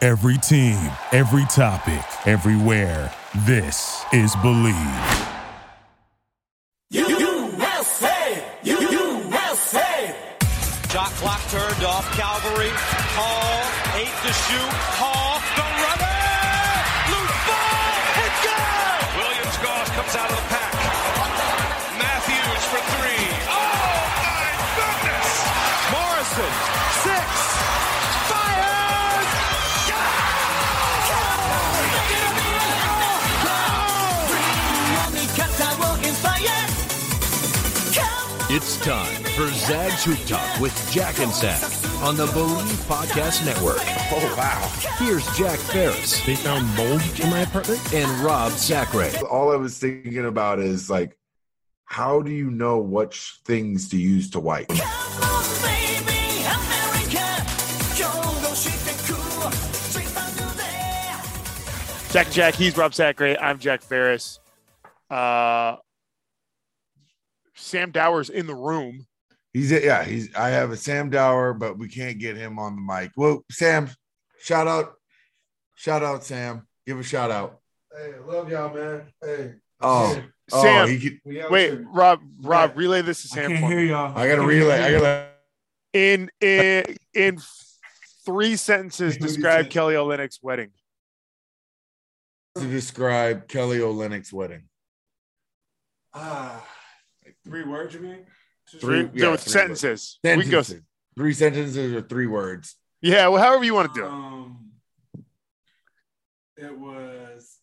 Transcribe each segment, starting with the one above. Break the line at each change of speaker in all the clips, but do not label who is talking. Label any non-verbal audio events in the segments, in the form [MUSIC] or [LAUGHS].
Every team, every topic, everywhere. This is Believe.
USA! USA!
Shot clock turned off. Calvary. Hall. Eight to shoot. Hall. The runner. Loose ball. And goal. Williams Goss comes out of the pack. Matthews for three. Oh, my goodness. Morrison. Six. Fires.
It's time for Zag's Hoop Talk with Jack and Zag on the Believe Podcast Network. Oh, wow. Here's Jack Ferris. They found mold in my apartment? And Rob Sacre.
all I was thinking about is like, how do you know which things to use to wipe?
Jack and Jack, he's Rob Sacre. I'm Jack Ferris. Uh, Sam Dower's in the room.
He's yeah, he's I have a Sam Dower, but we can't get him on the mic. Well, Sam, shout out, shout out, Sam. Give a shout out.
Hey, love y'all, man. Hey.
Oh, oh,
Sam,
he could-
we out
wait,
here.
Rob, Rob, relay this to
I
Sam.
can't
for me.
hear y'all.
I gotta relay. I gotta.
In in in three sentences, describe Kelly Olynyk's wedding.
To describe Kelly O'Lenick's wedding,
Ah, three words, you mean? Just
Three,
Three-
no,
yeah,
it's
three
sentences. We can go.
sentences. three sentences or three words.
Yeah, well, however you want to do it.
Um, it was.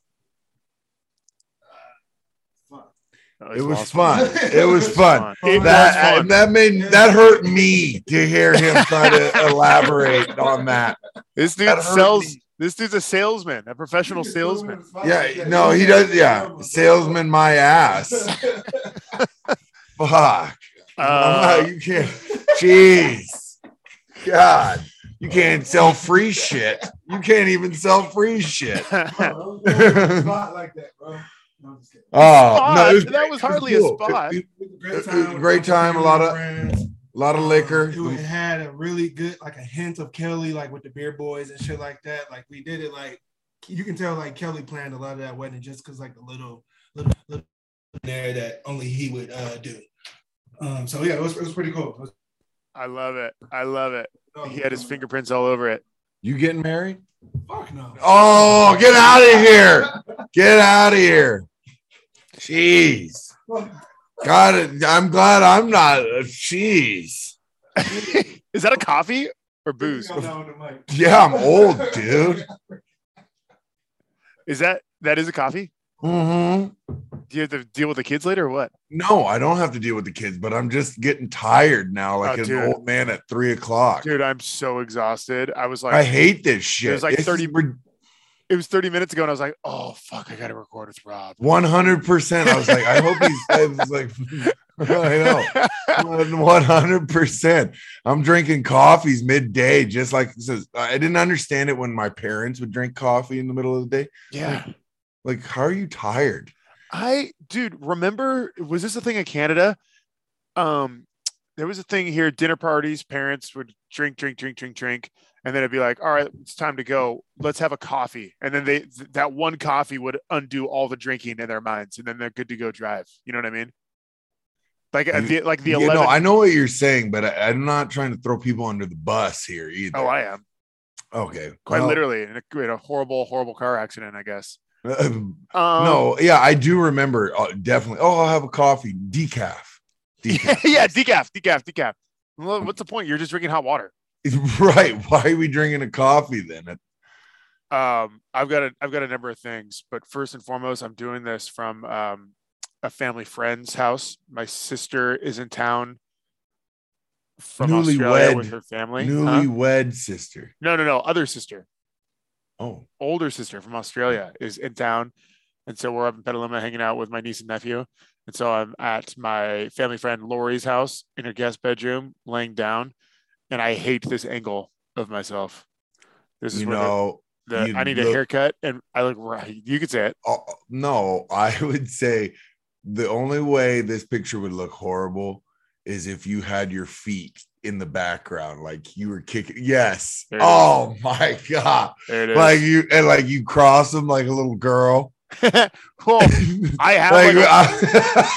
uh, fuck.
Oh,
It
he's
was
lost.
fun. It
[LAUGHS]
was fun.
It
That
was fun.
that made that hurt me to hear him try
[LAUGHS]
to elaborate on that.
this dude
that hurt
sells.
me.
This dude's a salesman, a professional salesman.
Yeah, no, he does. Yeah, salesman, my ass. Fuck. I'm
Uh,
not- you can't. Jeez. God. You can't sell free shit. You can't even sell free shit.
Uh,
[LAUGHS]
Bro, don't put me on the spot like that, bro. No, I'm just kidding.
Oh, no,
Spot?
it was-
That was
it
hardly a
cool.
spot.
It- it-
It was a
It- it was a great time, a lot of-
friends.
a lot of liquor. Mm.
It had a really good, like a hint of Kelly, like with the beer boys and shit like that. Like we did it, like you can tell, like Kelly planned a lot of that wedding just because, like the little, little, little there that only he would uh, do. Um, so yeah, it was, it was pretty cool. It was-
[LAUGHS] I love it. I love it. He had his fingerprints all over it.
You getting married?
Fuck no.
Oh, get out of here. Get out of here. Jeez. God, I'm glad I'm not. Jeez.
[LAUGHS] Is that a coffee or booze?
Y'all know on the mic.
Yeah, I'm old, dude.
Is that that is a coffee?
hmm
Do you have to deal with the kids later or what?
No, I don't have to deal with the kids, but I'm just getting tired now, like
Oh,
an
dude.
old man at three o'clock.
Dude, I'm so exhausted. I was like,
I hate this shit.
It was like
This is
30
rid-
it was 30 minutes ago, and I was like, oh fuck, I gotta record with Rob.
100%. I was like, I hope he's I was like, [LAUGHS] I know. 100%. I'm drinking coffees midday, just like this is, I didn't understand it when my parents would drink coffee in the middle of the day.
yeah.
Like, how are you tired?
I dude, remember was this a thing in Canada? Um, there was a thing here, dinner parties, parents would drink, drink, drink, drink, drink, and then it'd be like, all right, it's time to go. Let's have a coffee. And then they th- that one coffee would undo all the drinking in their minds, and then they're good to go drive. You know what I mean? Like at the like the
You
eleven.
know, I know what you're saying, but I, am not trying to throw people under the bus here either.
[LAUGHS] oh, I am
okay.
quite
Well,
literally in a, in a horrible, horrible car accident, I guess.
[LAUGHS]
Um,
no, yeah, I do remember uh, definitely. Oh, I'll have a coffee, decaf.
yeah,
Decaf.
[LAUGHS] [LAUGHS] yeah, decaf, decaf, decaf. Well, What's the point? You're just drinking hot water.
[LAUGHS] right. Why are we drinking a coffee then?
um i've got a i've got a number of things but first and foremost i'm doing this from um a family friend's house my sister is in town from australia
Newlywed.
with her family Huh?
Newlywed sister.
no no no other sister
Oh,
older sister from australia is in town and so we're up in petaluma hanging out with my niece and nephew and so i'm at my family friend lori's house in her guest bedroom laying down and i hate this angle of myself this is
you
where the-
know,
the
You
I need a
look-
haircut and I look right. You could say it.
uh, no, I [LAUGHS] would say the only way this picture would look horrible is if you had your feet in the background, like you were kicking. Yes.
There it is.
Oh my god!
There it is.
Like you and like you cross them like a little
[LAUGHS]
girl.
well, I have
like,
like, [LAUGHS]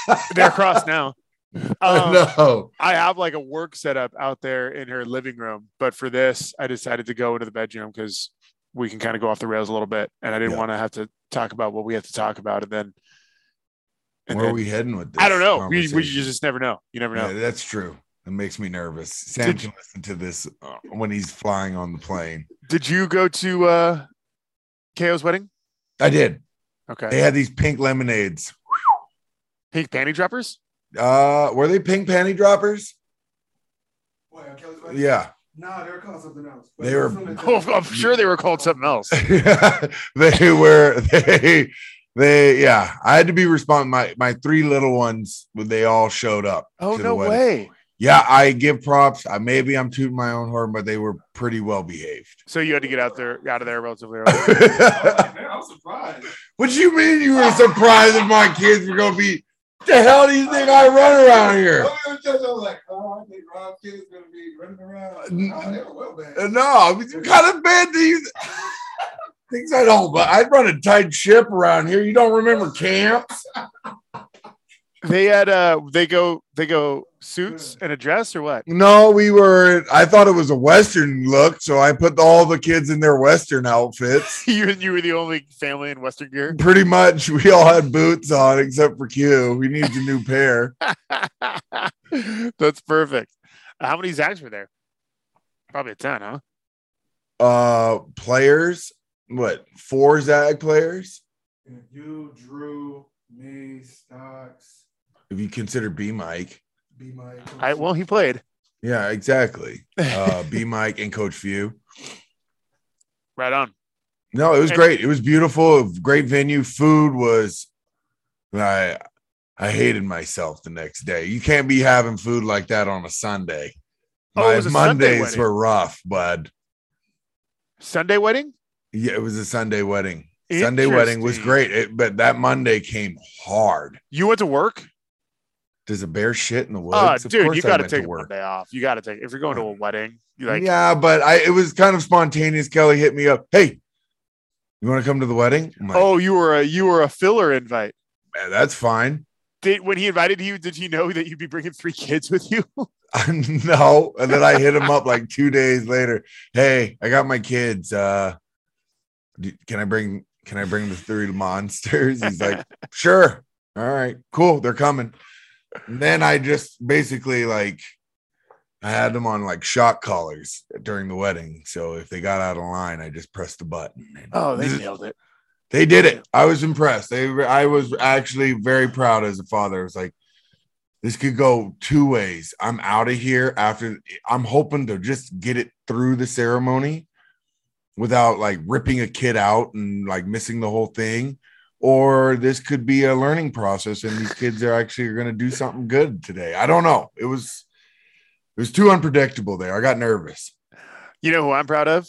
I, [LAUGHS]
they're crossed now.
I
Um,
know.
I have like a work setup out there in her living room, but for this, I decided to go into the bedroom because we can kind of go off the rails a little bit, and I didn't
Yeah.
want to have to talk about what we have to talk about, and then. And [LAUGHS]
Where are
then-
we heading with this?
I don't know. We, we
conversation?
just never know. You never know.
Yeah, that's true. It makes me nervous. Sam
Did-
can listen to this uh, when he's flying on the plane.
Did you go to uh KO's wedding?
I did. They
Okay.
had these pink lemonades.
Pink panty droppers? [LAUGHS]
Uh, were they pink panty droppers?
Wait, on Kelly's wedding?
Yeah. [LAUGHS]
No, they were called something else.
They were-
Oh, [LAUGHS] I'm sure they were called
[LAUGHS]
something else.
they were [LAUGHS] they they yeah. I had to be responsible. My my three little ones they all showed up.
Oh
to the
no
wedding.
way.
Yeah, I give props. I maybe I'm tooting my own horn, but they were pretty well behaved. [LAUGHS]
So you had to get out there out of there relatively early.
Oh,
[LAUGHS]
I'm surprised.
What do you mean you were surprised if my kids were gonna be? The hell do you think I run around here?
I was like, oh, I think Rob Kid is going to be running around. Oh, they were well bad.
Uh, No, I mean, what kind of bad do you things I don't? But I'd run a tight ship around here. You don't remember camps?
they had uh they go they go suits and a dress or what? [LAUGHS]
No, we were. I thought it was a western look, so I put all the kids in their western outfits. [LAUGHS]
you you were the only family in Western gear. [LAUGHS]
Pretty much, we all had boots on except for Q. He needs a new pair.
That's perfect. How many Zags were there? Probably a ton, huh?
uh players what four zag players
You, Drew, me, Stocks,
if you consider b mike
B Mike.
I well he played.
yeah exactly uh b mike and coach view
Right on.
no it was
And-
great it was beautiful great venue food was i i hated myself the next day you can't be having food like that on a sunday
Oh, it
my
was a Sunday
mondays
wedding.
were rough bud
Sunday wedding?
yeah it was a sunday wedding sunday wedding was
Interesting.
great it, but that monday came hard
You went to work?
does a bear shit in the woods?
Uh,
Of
dude,
course
you
I
got to
went to
take one day off. You got to take if
[LAUGHS]
you're going to a wedding. You like,
yeah, but I it was kind of spontaneous. Kelly hit me up. Hey, you want to come to the wedding? I'm like,
oh, you were a you were a filler invite.
man, that's fine.
Did when he invited you, did you know that you'd be bringing three kids with you?
[LAUGHS] no, and then I hit him up like two days later. Hey, I got my kids. Uh, d- can I bring? Can I bring the three monsters? He's like, sure. All right, cool. They're coming. And then I just basically like. I had them on like shock collars during the wedding. So if they got out of line, I just pressed the button. and-
Oh, they nailed it.
They did it. I was impressed. They, I was actually very proud as a father. I was like, this could go two ways. I'm out of here after. I'm hoping to just get it through the ceremony without like ripping a kid out and like missing the whole thing. Or this could be a learning process, and these kids are actually going to do something good today. I don't know. It was it was too unpredictable there. I got nervous.
You know who I'm proud of?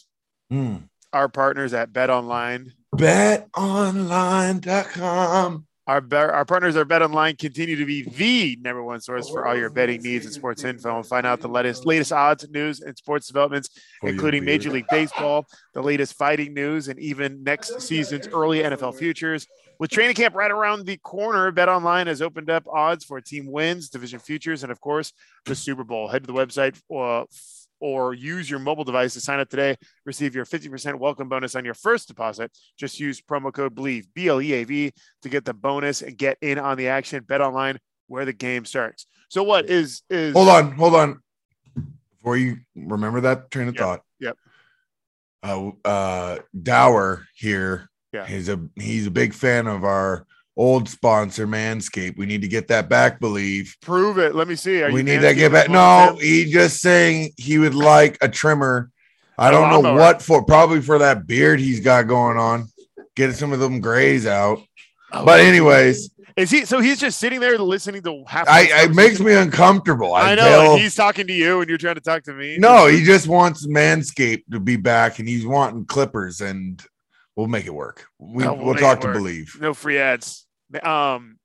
Hmm.
Our partners at Bet Online.
BetOnline.com.
Our be- our partners at Bet Online continue to be the number one source for all your betting needs and sports info. And find out the latest latest odds, news, and sports developments,
For your
including
beard.
Major League Baseball, the latest fighting news, and even next season's early NFL futures. With training camp right around the corner, Bet Online has opened up odds for team wins, division futures, and of course, the Super Bowl. Head to the website uh, f- or use your mobile device to sign up today. Receive your 50% welcome bonus on your first deposit. Just use promo code BLEAV, B L E A V, to get the bonus and get in on the action. Bet Online, where the game starts. So, what is is
Hold on, hold on. Before you remember that train of
Yep,
thought.
yep.
Uh, uh, Dower here.
Yeah.
He's a he's a big fan of our old sponsor Manscaped. We need to get that back. Believe
Prove it. Let me see. Are
we
you
need
Nancy
to get back.
Pelosi?
No, he just saying he would like a trimmer. I
A
don't know
lawnmower.
what for. Probably for that beard he's got going on. Get some of them grays out.
Oh.
But anyways,
Is he? So he's just sitting there listening to half. of
I
this
it makes
conversation?
me uncomfortable.
I,
I,
know.
tell-
and he's talking to you, and you're trying to talk to me.
No, he just wants Manscaped to be back, and he's wanting Clippers, and we'll make it work. We,
Oh, we'll
we'll,
make
talk
it
to
work.
believe.
no free ads. Um,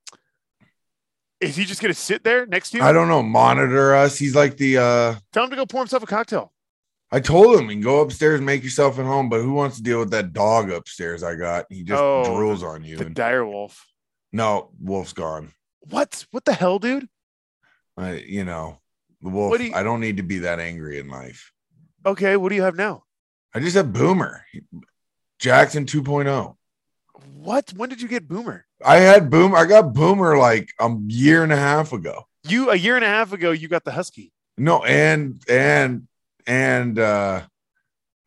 Is he just gonna sit there next to you?
I don't know. Monitor us. He's like the. uh
Tell him to go pour himself a cocktail.
I told him, you can go upstairs, and make yourself at home. But who wants to deal with that dog upstairs? I got. He just
Oh,
drools on you.
The
and-
dire wolf.
no, wolf's gone.
What? What the hell, dude?
I, you know, the wolf.
What do you-
I don't need to be that angry in life.
Okay, what do you have now?
I just have Boomer, Jackson 2.0.
What? When did you get Boomer?
I had Boomer. I got Boomer like a year and a half ago.
You a year and a half ago, you got the husky.
No, and and and uh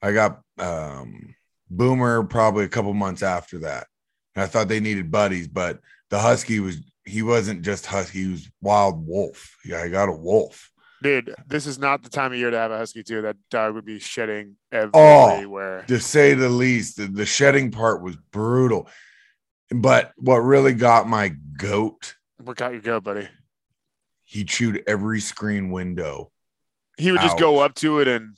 I got um Boomer probably a couple months after that. And I thought they needed buddies, but the Husky was he wasn't just husky, he was wild wolf. Yeah, I got a wolf.
Dude, this is not the time of year to have a husky too. That dog would be shedding
Oh,
everywhere.
To say the least, the, the shedding part was brutal. But what really got my goat,
what got you go, buddy?
he chewed every screen window.
He would just
Ouch.
go up to it and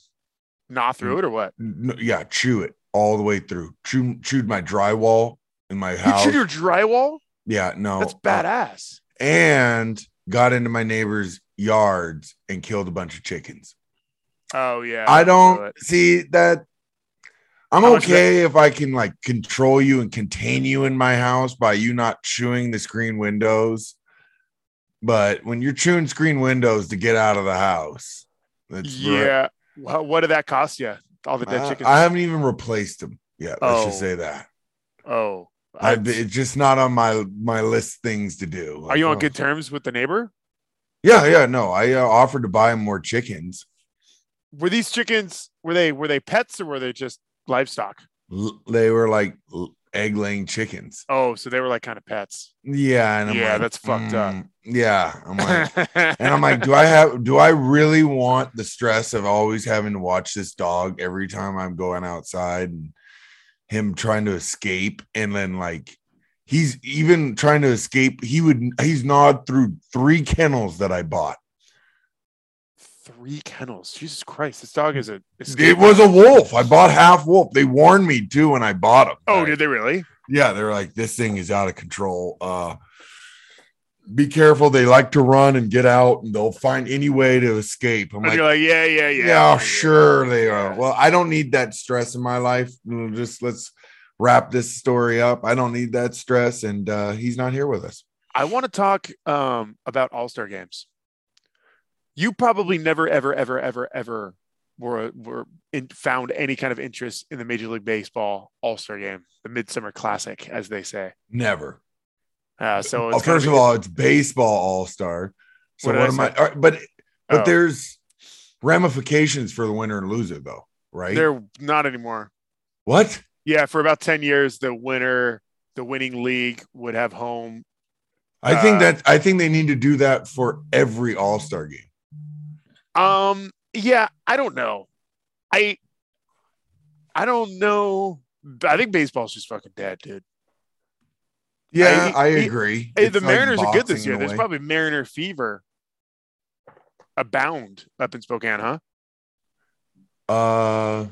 gnaw through it, or what?
N- yeah, chew it all the way through. Chew, chewed my drywall in my
You
house.
chewed your drywall?
yeah, no.
That's badass.
and got into my neighbor's yards and killed a bunch of chickens.
Oh yeah.
I
feel
don't
it.
see that. I'm
How much is
okay if I can like control you and contain you in my house by you not chewing the screen windows. But when you're chewing screen windows to get out of the house, that's right.
Yeah. Wha- what did that cost you? All the dead
I,
chickens.
Uh, I haven't even replaced them yet. Let's just
Oh.
say that.
oh.
I,
I-
it's just not on my my list things to do.
are you on
Like, oh,
good terms with the neighbor?
Yeah, yeah, no. I uh, offered to buy him more chickens.
Were these chickens were they were they pets or were they just livestock?
l- they were like l- egg laying chickens.
Oh, so they were like kind of pets.
Yeah, and I'm
Yeah,
like,
that's fucked up.
"Mm, Yeah, I'm
[LAUGHS]
like, and I'm like, do I have? Do I really want the stress of always having to watch this dog every time I'm going outside and him trying to escape, and then like he's even trying to escape. He would. He's gnawed through three kennels that I bought.
three kennels. Jesus Christ, this dog is a.
It was a wolf. I bought half wolf. They warned me too when I bought him.
Oh, did they really?
yeah they're like this thing is out of control uh be careful they like to run and get out and they'll find any way to escape i'm
And
like
you're like, yeah, "Oh, yeah, yeah.
yeah, sure they are
Yeah.
well i don't need that stress in my life We'll just let's wrap this story up i don't need that stress and uh he's not here with us
I want to talk um, about All Star games. You probably never, ever, ever, ever, ever were were in, found any kind of interest in the Major League Baseball All Star game, the Midsummer Classic, as they say.
never
Uh, so
well,
it's kind
Oh, first of all it's baseball all-star so
What
what,
did I
am
say?
i all right, but but
Oh.
there's ramifications for the winner and loser though right
they're not anymore.
what
Yeah, for about ten years, the winner, the winning league, would have home
I think
Uh,
that I think they need to do that for every All Star game.
Um, yeah, I don't know. I I don't know. I think baseball's just fucking dead, dude.
Yeah, I,
I- it-
agree.
Hey,
It's
the
like
Mariners are good
boxing
this
in
year.
a
There's
way.
probably Mariner fever abound up in Spokane, huh?
Uh,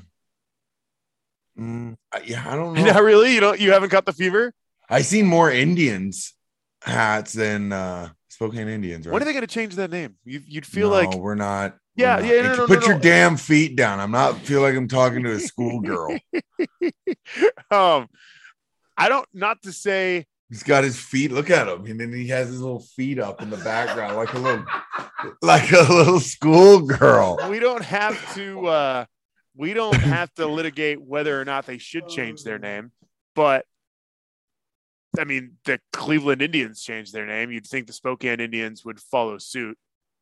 mm, I- yeah, I
[LAUGHS]
don't know.
Not really. You don't. You haven't caught the fever.
I seen more Indians hats than uh Spokane Indians. Right?
When are they going to change that name? You, you'd feel like
No, we're not. we're
Yeah,
not.
yeah, no, no, no,
put
no,
your
no.
damn feet down. I'm not feel like I'm talking to a
[LAUGHS]
schoolgirl.
um, I don't. Not to say
He's got his feet. Look at him, and then he has his little feet up in the background, like a little, like a little schoolgirl.
we don't have to. uh We
[LAUGHS]
don't have to litigate whether or not they should change their name, but I mean, the Cleveland Indians changed their name. You'd think the Spokane Indians would follow suit.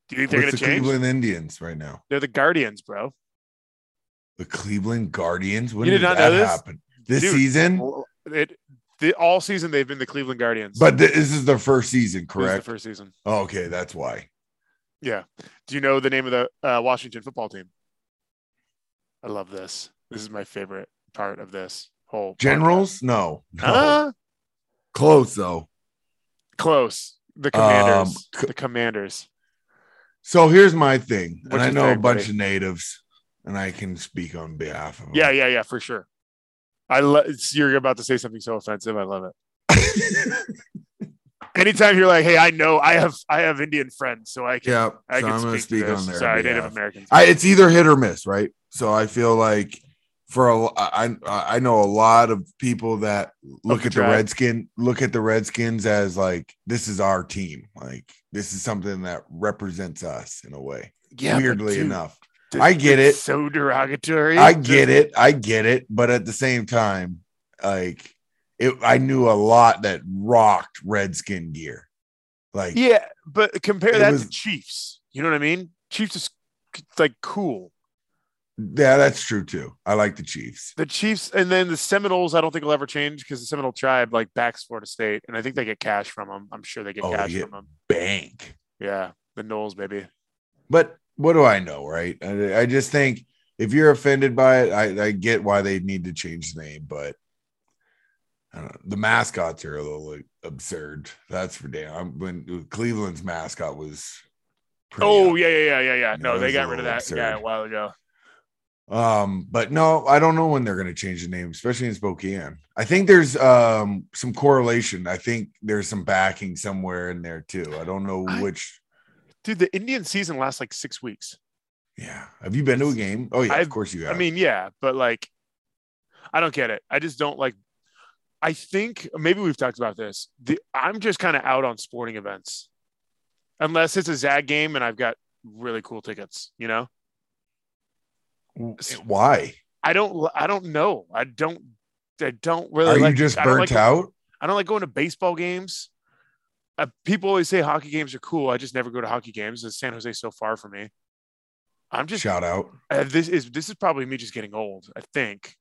Do you think they're
What's
going
the
to change?
Cleveland Indians right now?
They're the Guardians, bro.
The Cleveland Guardians. When
You did
did
not
that
know this?
happen? This
Dude.
season,
It the, all season they've been the Cleveland Guardians.
but thi- this is their first season,
It was
correct?
The first season.
Oh, okay, that's why.
Yeah. Do you know the name of the uh, Washington football team? I love this. This is my favorite part of this whole uh, podcast.
Generals? No, no.
Huh?
Close though.
Close. The Commanders.
Um, c-
the Commanders.
So here's my thing, and
What's
I
your
know a
thing,
bunch
buddy?
of natives, and I can speak on behalf of them.
Yeah, yeah, yeah, for sure.
[LAUGHS]
I love. You're about to say something so offensive. I love it. Anytime you're like, hey, I know I have I have Indian friends, so I can
Yeah,
I
so
can
I'm gonna
speak,
speak
to this.
on there.
Sorry, Native Americans.
I, it's either hit or miss, right? So I feel like for a, I I I know a lot of people that look
the
at the
tribe.
Redskin look at the Redskins as like this is our team, like this is something that represents us in a way.
yeah, but
Weirdly
dude,
enough,
th-
I get
it's
it.
So derogatory.
I get it, I get it, but at the same time, like it, I knew a lot that rocked Redskin gear, like
Yeah, but compare
It
that
was-
to Chiefs. You know what I mean? Chiefs is c- like cool.
yeah, that's true too. I like the Chiefs.
The Chiefs and then the Seminoles, I don't think will ever change because the Seminole tribe like backs Florida State, and I think they get cash from them. I'm sure they get
Oh, they
cash
get-
from them.
Bank.
Yeah, the Knowles, baby.
but what do I know, right? I, I just think if you're offended by it, I, I get why they need to change the name, but I don't know. The mascots are a little like, absurd. That's for damn. I'm, when Cleveland's mascot was, pretty
Oh
up.
yeah, yeah, yeah, yeah, yeah.
Yeah,
No,
that
they
was a
got rid
little
of that guy a
absurd.
while ago.
Um, but no, I don't know when they're going to change the name, especially in Spokane. I think there's um some correlation. I think there's some backing somewhere in there too. I don't know
I-
which.
Dude, the Indian season lasts like six weeks.
Yeah, have you been to a game? Oh yeah,
I've-
of course you have.
I mean, yeah, but like, I don't get it. I just don't like. I think maybe we've talked about this. The, I'm just kind of out on sporting events, unless it's a Zag game and I've got really cool tickets. You know,
why
I don't. I don't know. I don't. I don't really.
are
like,
you just
I don't
burnt
like,
out?
I don't like going to baseball games. Uh, people always say hockey games are cool. I just never go to hockey games. And San Jose's so far from me. I'm just.
Shout out.
Uh, this is this is probably me just getting old. I think.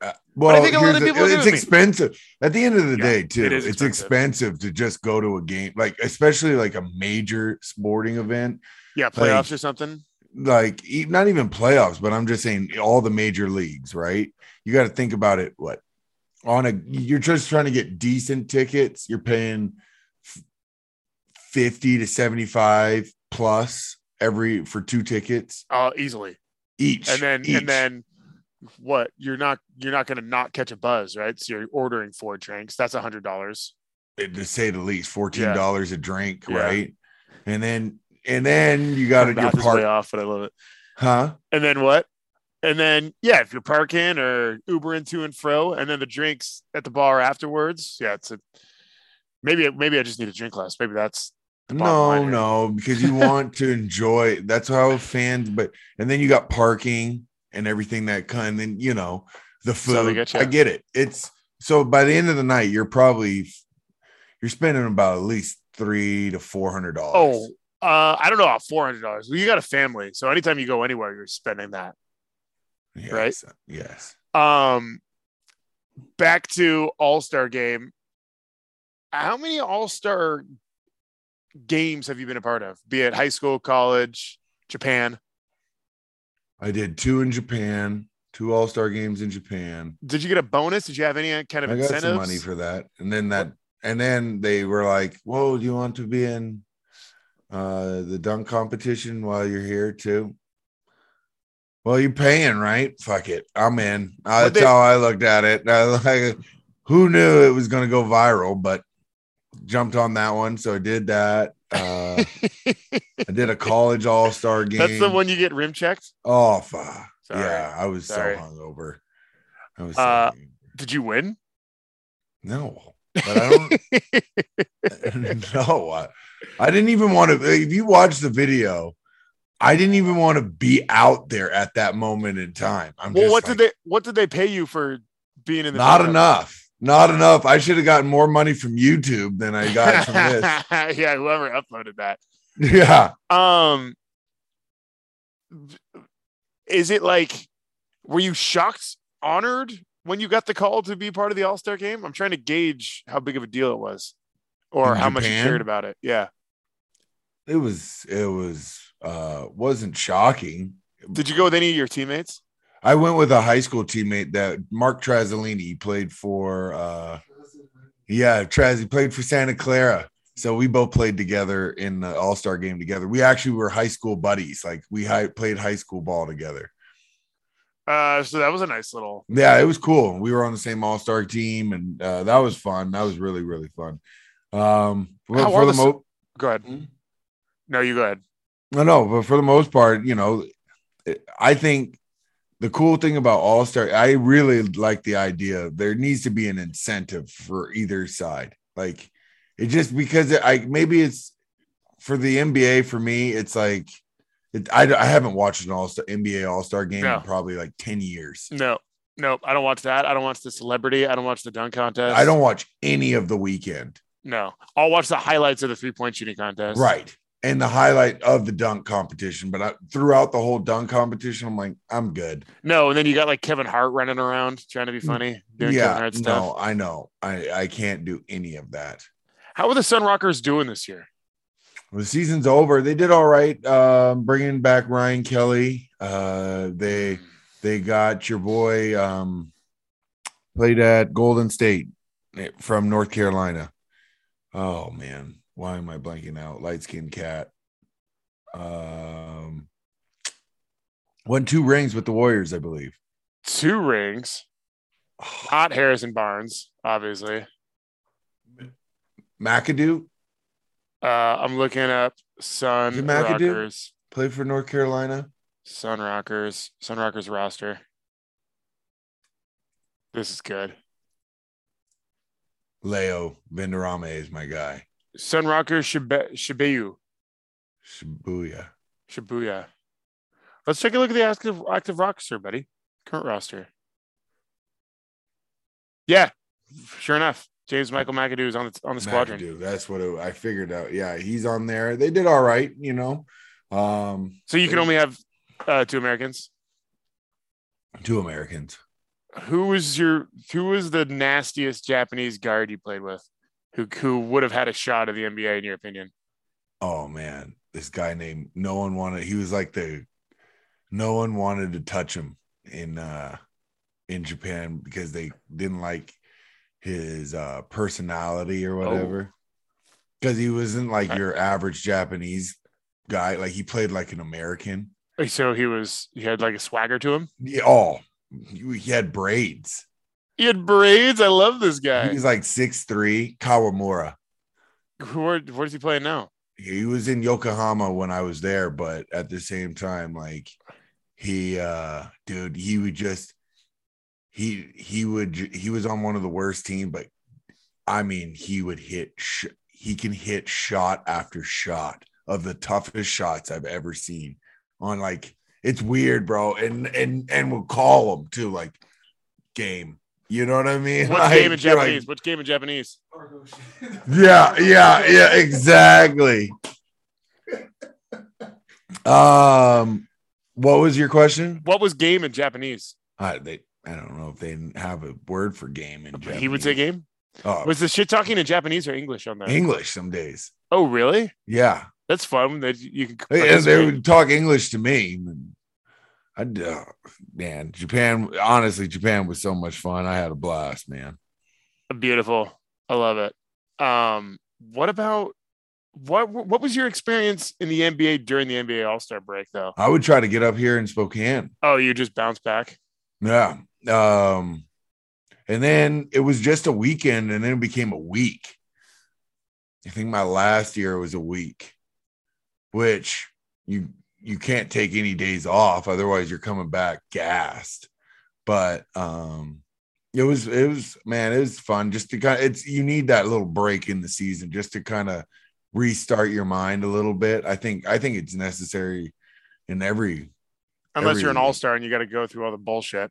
Uh, well,
think a lot
here's
of
the-
people agree
it's
with me.
expensive. At the end of the
Yeah,
day, too,
it is
it's
expensive.
expensive to just go to a game, like especially like a major sporting event,
Yeah, playoffs or something.
like e- not even playoffs, but I'm just saying all the major leagues, right? You got to think about it. What on a you're just trying to get decent tickets, you're paying f- fifty to seventy five plus every for two tickets
Uh, easily.
each,
and then
each.
and then what you're not you're not going to not catch a buzz right so you're ordering four drinks that's a hundred dollars
to say the least, fourteen dollars a drink,
Yeah.
right? And then and then you
[LAUGHS]
got your
way
park,
off but i love it
huh?
and then what and then yeah if you're parking or ubering to and fro and then the drinks at the bar afterwards yeah it's a maybe maybe i just need a drink less maybe that's bottom line
No,
here.
no, because you want to enjoy. That's how fans. But and then you got parking and everything that kind. Then you know the
So they
food.
get you.
I get it. It's so by the end of the night, you're probably you're spending about at least three to four hundred
oh
dollars.
uh, I don't know, four hundred dollars. You got a family, so anytime you go anywhere, you're spending that.
yes,
right.
Yes.
Um, back to All Star Game. How many All Star games have you been a part of? Be it high school, college, Japan.
I did two in Japan, two All Star games in Japan.
Did you get a bonus? Did you have any kind of
I got
incentives?
some money for that, and then that, and then they were like, "Whoa, do you want to be in uh, the dunk competition while you're here too?" Well, you're paying, right? Fuck it, I'm in. Uh,
But
that's
they-
how I looked at it. [LAUGHS] I was like, who knew it was going to go viral, but jumped on that one, so I did that.
[LAUGHS]
Uh, I did a college all star game.
That's the one you get rim checked.
Oh, fuck.
Sorry.
yeah, I was
Sorry.
so hungover. I was so
Uh,
hungover.
Did you win?
No, but I
[LAUGHS]
don't. [LAUGHS] no, I, I didn't even want to. If you watch the video, I didn't even want to be out there at that moment in time. I'm
Well,
just
what
like,
did they what did they pay you for being in the
Not
tournament?
enough. Not enough. I should have gotten more money from YouTube than I got
[LAUGHS]
from this.
yeah, whoever uploaded that.
yeah,
Um, is it like, were you shocked, honored when you got the call to be part of the All Star game? I'm trying to gauge how big of a deal it was, or
In
how much you
Japan?
cared about it. Yeah.
it was. It was. uh Wasn't shocking.
Did you go with any of your teammates?
I went with a high school teammate that Mark Trazzolini. He played for. uh Yeah, Traz, he played for Santa Clara. So we both played together in the All Star game together. We actually were high school buddies. Like we hi- played high school ball together.
Uh, so that was a nice little.
Yeah, it was cool. We were on the same All Star team, and uh, that was fun. That was really really fun. Um, for,
How
for
are
the
the
mo-
Go ahead.
Mhm.
No, you go ahead.
no, no, but for the most part, you know, it- I think the cool thing about All Star, I really like the idea. There needs to be an incentive for either side. Like it just because it, I maybe it's for the NBA. For me, it's like it, I I haven't watched an All Star NBA All Star game
No.
in probably like ten years.
No, no, I don't watch that. I don't watch the celebrity. I don't watch the dunk contest.
I don't watch any of the weekend.
No, I'll watch the highlights of the three point shooting contest.
Right. And the highlight of the dunk competition. But I, throughout the whole dunk competition, I'm like, I'm good.
No, and then you got like Kevin Hart running around trying to be funny, doing Kevin
Hmm. yeah.
Hart stuff.
No, I know. I, I can't do any of that.
How are the Sun Rockers doing this year?
The season's over. They did all right. Um, bringing back Ryan Kelly. Uh, they they got your boy um, played at Golden State eh, from North Carolina. Oh man, why am I blanking out? Light skinned cat. Um, won two rings with the Warriors, I believe.
Two
[SIGHS]
rings, not Harrison Barnes, obviously.
McAdoo
Uh, I'm looking up Sun
Is it McAdoo?
Rockers,
played for North Carolina.
Sun Rockers, Sun Rockers roster. This is good.
Leo Venderame is my guy.
Sun Rockers Shibe- Shibuya.
Shibuya.
Shibuya. Let's take a look at the active active roster, buddy. Current roster. Yeah, sure enough, James Michael McAdoo is on the on the squadron.
McAdoo, that's what it- I figured out. Yeah, he's on there. They did all right, you know. Um,
So you can only have uh, two Americans.
two Americans.
Who was your who was the nastiest Japanese guard you played with? Who who would have had a shot at the NBA in your opinion?
Oh man, this guy named no one wanted. He was like the no one wanted to touch him in uh in Japan because they didn't like his uh personality or
Oh.
whatever. Because he wasn't like
Okay.
your average Japanese guy. Like he played like an American.
So he was he had like a swagger to him.
Yeah, oh, he he had braids.
He had braids. I love this guy.
He's like six three. Kawamura.
Where where is he playing now?
he was in Yokohama when I was there, but at the same time, like he uh dude, he would just he he would ju- he was on one of the worst team, but I mean he would hit sh- he can hit shot after shot of the toughest shots I've ever seen on like it's weird, bro. And and and we'll call him too, like game. You know what I mean? [LAUGHS]
What's
Like,
game in
you're like,
Japanese? What's game in Japanese?
Argo shit.
[LAUGHS] yeah, yeah, yeah, exactly. Um, what was your question?
What was game in Japanese?
I they, I don't know if they have a word for game in Japanese.
He would say game.
Oh,
Was the shit talking in Japanese or English on that?
English some days.
Oh, really?
Yeah,
That's fun. That you can.
they, they would talk English to me. I uh, man, Japan. Honestly, Japan was so much fun. I had a blast, man.
Beautiful. I love it. Um, what about what? What was your experience in the NBA during the NBA All Star break, though?
I would try to get up here in Spokane.
Oh, you just bounced back.
Yeah. Um, and then it was just a weekend, and then it became a week. I think my last year was a week, which you you can't take any days off, otherwise you're coming back gassed. But um, it was it was man, it was fun just to kind of it's you need that little break in the season just to kind of restart your mind a little bit. I think I think it's necessary in every
Unless
Every
you're an
week.
All Star and you got to go through all the bullshit.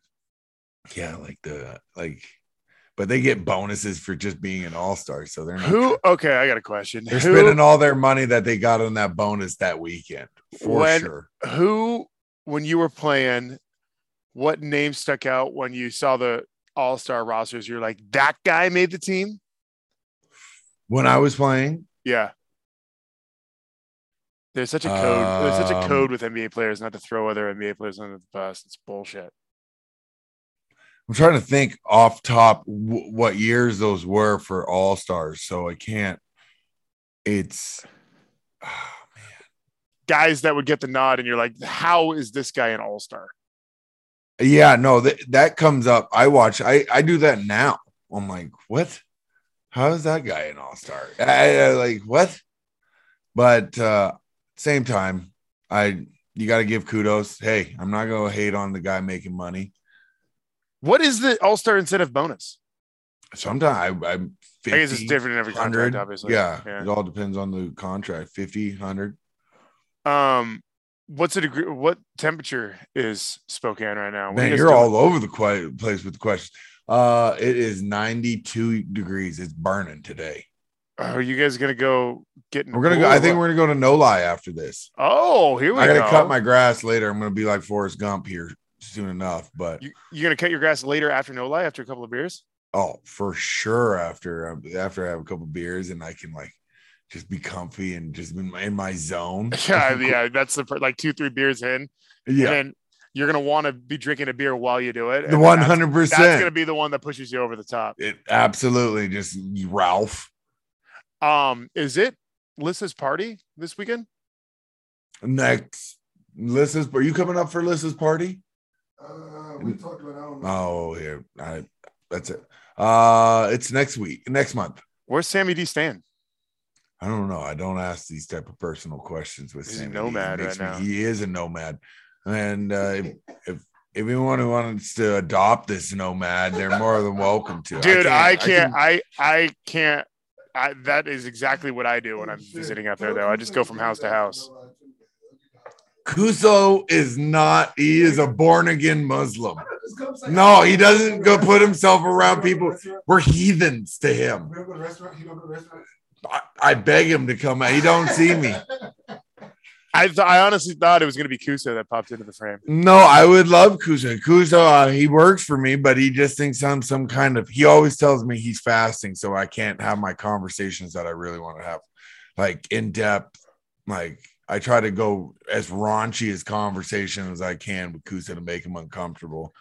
Yeah, like the like, but they get bonuses for just being an all star, so they're not,
Who? Okay, I got a question.
they're
Who?
spending all their money that they got on that bonus that weekend for
When-
sure.
Who? When you were playing, what name stuck out when you saw the All Star rosters? You're like, that guy made the team.
When I was playing,
Yeah. There's such a code. There's such a
Um,
code with NBA players not to throw other NBA players under the bus. It's bullshit.
I'm trying to think off top w- what years those were for all stars, so I can't. It's
Guys that would get the nod, and you're like, how is this guy an all star?
yeah, no, that that comes up. I watch. I I do that now. I'm like, what? How is that guy an all star? I, I, like what? But uh, same time, I you got to give kudos. Hey, I'm not gonna hate on the guy making money.
What is the All Star incentive bonus?
Sometimes I, I'm 50,
I guess it's different in every contract,
100.
obviously.
Yeah, it all depends on the contract. 50, 100.
Um, what's the degree? What temperature is Spokane right now? What are
Man,
you guys
you're
doing?
all over the qu- place with the questions. Uh, it is 92 degrees. It's burning today.
Are Oh, you guys gonna go getting?
We're gonna go. I think we're gonna go to No Lie after this.
Oh, here we
I gotta
go.
cut my grass later. I'm gonna be like Forrest Gump here soon enough. But
You, you're gonna cut your grass later after no lie after a couple of beers. [LAUGHS]
oh, for sure after um, after I have a couple beers and I can like just be comfy and just in my, in my zone.
yeah,
[LAUGHS]
yeah, that's the pr- like two three beers in, and
yeah,
[LAUGHS] then you're gonna want to be drinking a beer while you do it. and
the
then
one
that's-
hundred
That's gonna
percent.
be the one that pushes you over the top.
It absolutely just Ralph.
Um, is it Lissa's party this weekend?
Next, Lissa's. Are you coming up for Lissa's party?
Uh, we talked about. I don't know.
Oh, here, I, that's it. Uh, it's next week, next month.
Where's Sammy D stand?
I don't know. I don't ask these type of personal questions with
He's a
Sammy. He
nomad
makes
right now.
He is a nomad, and uh, if, if if anyone who wants to adopt this nomad, they're more than welcome to.
Dude, I
can-
can't. I I can't. I, that is exactly what I do when I'm visiting out there. Though I just go from house to house.
Kuso is not. He is a born again Muslim. No,
No,
he doesn't go put himself around people. We're heathens to him.
Remember the restaurant? He remember the restaurant?
I, I beg him to come out. He don't see me.
[LAUGHS]
I th- I honestly thought it was gonna be Kuso that popped into the frame.
No, I would love Kuzo. Kuzo, uh, he works for me, but he just thinks I'm some kind of. He always tells me he's fasting, so I can't have my conversations that I really want to have, like in depth. Like I try to go as raunchy as conversation as I can with Kuzo to make him uncomfortable.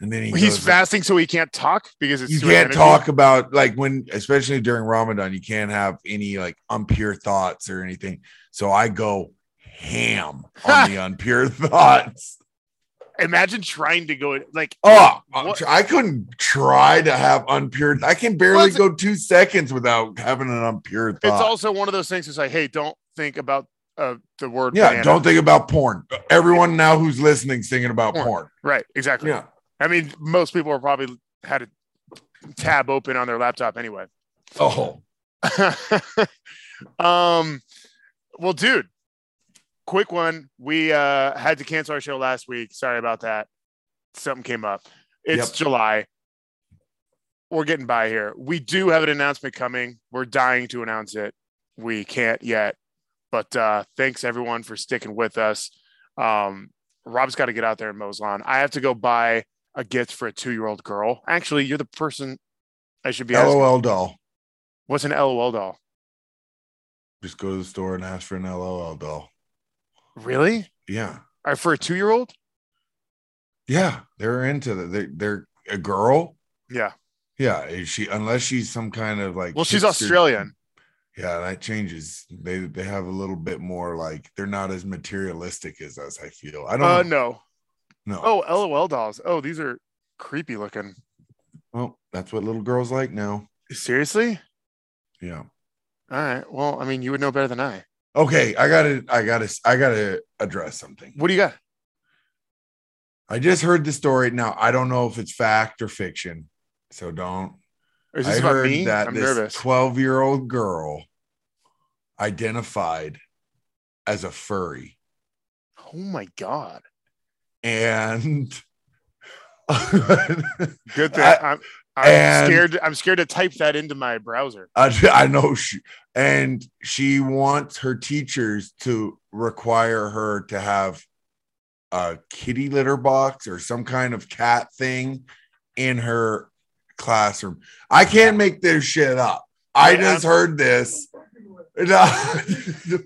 And then he
He's
goes, like,
fasting, so he can't talk because it's
you
too much
can't
energy.
talk about like when especially during ramadan you can't have any like impure thoughts or anything so i go ham
[LAUGHS]
on the impure thoughts
Imagine trying to go like
oh I'm
What-
tr- i couldn't try to have impure i can
Well,
barely
it's-
go two seconds without having an impure thought
it's also one of those things. It's like, hey, don't think about uh, the word.
yeah
banana.
don't think about porn everyone now who's listening's thinking about
Uh, Porn.
porn,
Right, exactly.
yeah
I mean, most people are probably had a tab open on their laptop anyway.
oh
[LAUGHS] um, well, dude, quick one. We uh, had to cancel our show last week. Sorry about that. Something came up. It's
Yep.
July. We're getting by here. We do have an announcement coming. We're dying to announce it. We can't yet. But uh, thanks everyone for sticking with us. Um, Rob's got to get out there and mows lawn. I have to go buy a gift for a two-year-old girl. Actually, you're the person I should be asking.
lol doll
What's an LOL doll?
just go to the store and ask for an lol doll
Really?
yeah
Or for a two year old?
Yeah, they're into the They're, they're a girl.
Yeah.
Yeah, is she unless she's some kind of like.
Well, she's
hipster-
Australian.
Yeah, that changes. They they have a little bit more like they're not as materialistic as us. I feel. I don't
Uh,
know.
no.
Oh. No.
Oh, LOL dolls. Oh, these are creepy looking.
Well, that's what little girls like now.
Seriously?
Yeah.
All right. Well, I mean, you would know better than I.
Okay, I gotta, I gotta, I gotta address something.
What do you got?
I just heard the story. Now I don't know if it's fact or fiction, so don't
Is this
I
about
heard
me?
that
I'm
this
nervous.
twelve-year-old girl identified as a furry,
oh my god.
and [LAUGHS]
[LAUGHS] Good thing.
I-
I, am I'm
and-
scared. I'm scared to type that into my browser.
I, I know she, and she wants her teachers to require her to have a kitty litter box or some kind of cat thing in her classroom. I can't make this shit up. I
Yeah,
just heard
[LAUGHS]
this. No.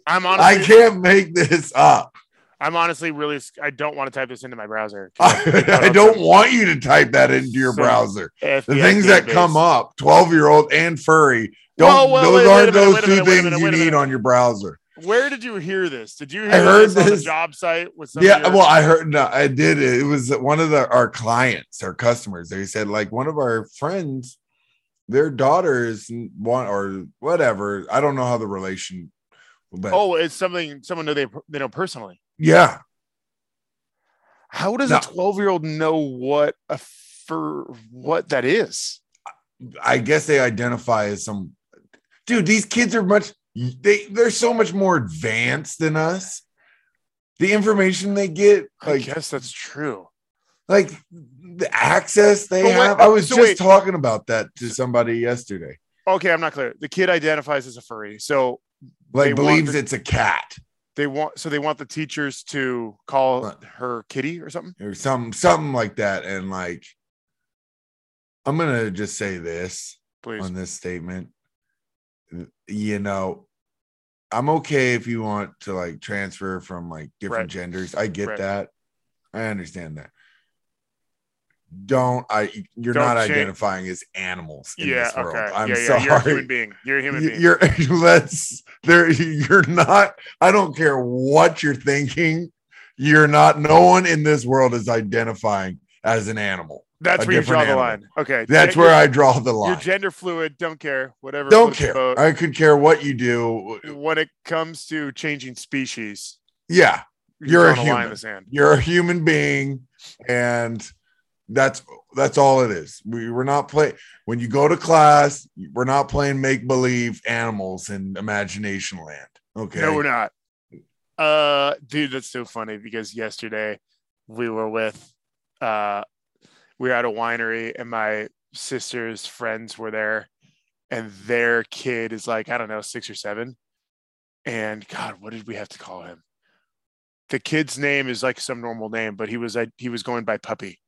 I'm
I
honestly.
can't make this up. [LAUGHS]
I'm honestly really. sc- I don't want to type this into my browser.
I, don't want you to type that into your
So,
browser.
FBI
The things that
database.
come up, 12 year old and furry, don't
Whoa, whoa, wait
those
a
aren't
minute, wait a
those
minute,
two
wait a
things
minute,
you
wait a
need
minute.
on your browser.
Where did you hear this? Did you hear
heard
this, on the
this-
job site with some? of
Yeah,
your-
well, I heard no, I did it. It was one of the our clients, our customers. They said, like, one of our friends their daughter is one or whatever. I don't know how the relation, but
Oh, it's something someone know they they know personally.
yeah,
How does
No.
a twelve year old know what a for what that is?
I guess they identify as some dude. These kids are much they they're so much more advanced than us. The information they get,
I
like
guess that's true.
like the access they
But wait,
have. I was
so
just
wait.
talking about that to somebody yesterday.
Okay, I'm not clear. The kid identifies as a furry, so
Like
They want
believes
the-
it's a cat
they want so they want the teachers to call
Right.
her kitty or something.
or some something like that, and like I'm gonna just say this.
Please,
on this statement. You know, I'm okay if you want to like transfer from like different
Right.
genders. I get
Right.
that. I understand that. Don't I you're
Don't
not
change-
identifying as animals in
yeah,
this world.
okay,
I'm
yeah, yeah.
sorry.
You're a human being. You're a human
You- [LAUGHS]
being.
You're [LAUGHS] let's there [LAUGHS] you're not I don't care what you're thinking. You're not no one in this world is identifying as an animal.
That's
a
where you draw
different animal.
the line. Okay,
That's
Gen-
where I draw the
You're
line.
gender fluid. Don't care. Whatever.
Don't
floats your
care.
boat.
I could care what you do.
when it comes to changing species,
Yeah, You're a
drawing line in
human.
the sand.
you're a human being, and that's that's all it is. We we're not play when you go to class. We're not playing make believe animals in imagination land. Okay,
No, we're not. Uh, dude, that's so funny because yesterday we were with, uh, we were at a winery and my sister's friends were there, and their kid is like I don't know six or seven, and God, what did we have to call him? The kid's name is like some normal name, but he was like he was going by puppy.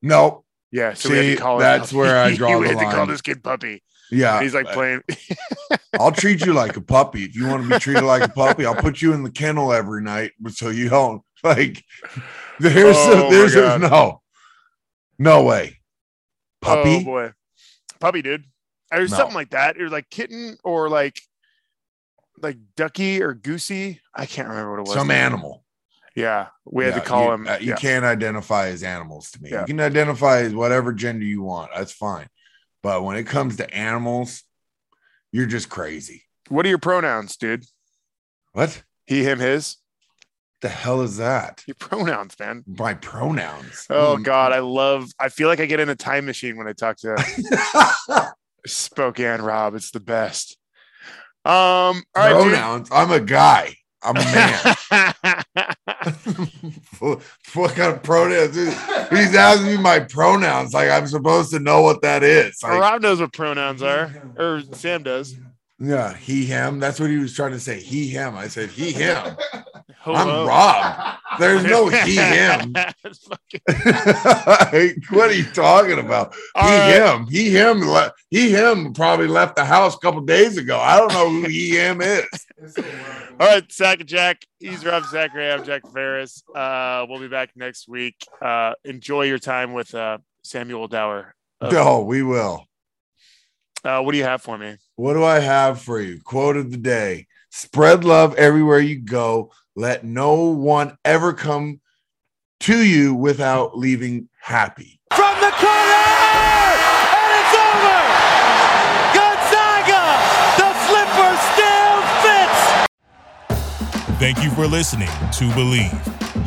no,
Yeah, so we had
See,
to call
that's
him.
where I
[LAUGHS] Puppy.
draw
we
the
had to call
line.
this kid puppy.
yeah.
And he's like playing.
I'll treat you like a puppy if you want to be treated like a puppy. I'll put you in the kennel every night so you don't like. There's
Oh, my
a, there's a,
God.
no, no way,
Oh
puppy.
boy, puppy, dude, or
No.
something like that. It was like kitten or like like ducky or goosey. I can't remember what it was.
some animal.
Yeah, we had
Yeah,
to call
you,
him.
uh, you
yeah.
can't identify as animals to me.
Yeah.
You can identify as whatever gender you want. That's fine. But when it comes to animals, you're just crazy.
What are your pronouns, dude?
What
He, him, his.
the hell is that?
Your [LAUGHS] pronouns, man.
My pronouns. Hmm.
Oh
[LAUGHS]
God, I love. I feel like I get in a time machine when I talk to Spokane Rob. It's the best. Um, all right, dude.
pronouns. I'm a guy. I'm a man. what kind of pronouns? is- He's asking me my pronouns. Like I'm supposed to know what that is. Like,
[LAUGHS] Rob knows what pronouns are, or Sam does.
yeah, he, him. That's what he was trying to say. He, him. I said he, him. I'm
Hello.
Rob. There's no he,
[LAUGHS]
him. [LAUGHS] Like, what are you talking about? He,
All right.
him. He, him. Le- he, him probably left the house a couple days ago. I don't know who he, him
[LAUGHS]
is.
All right, Sack and Jack. He's Rob Zachary. I'm Jack Ferris. Uh, we'll be back next week. Uh, enjoy your time with uh, Samuel Dower.
No, we will.
Uh, what do you have for me?
What do I have for you? Quote of the day spread love everywhere you go. Let no one ever come to you without leaving happy.
From the corner! And it's over! Gonzaga! The slipper still fits!
Thank you for listening to Believe.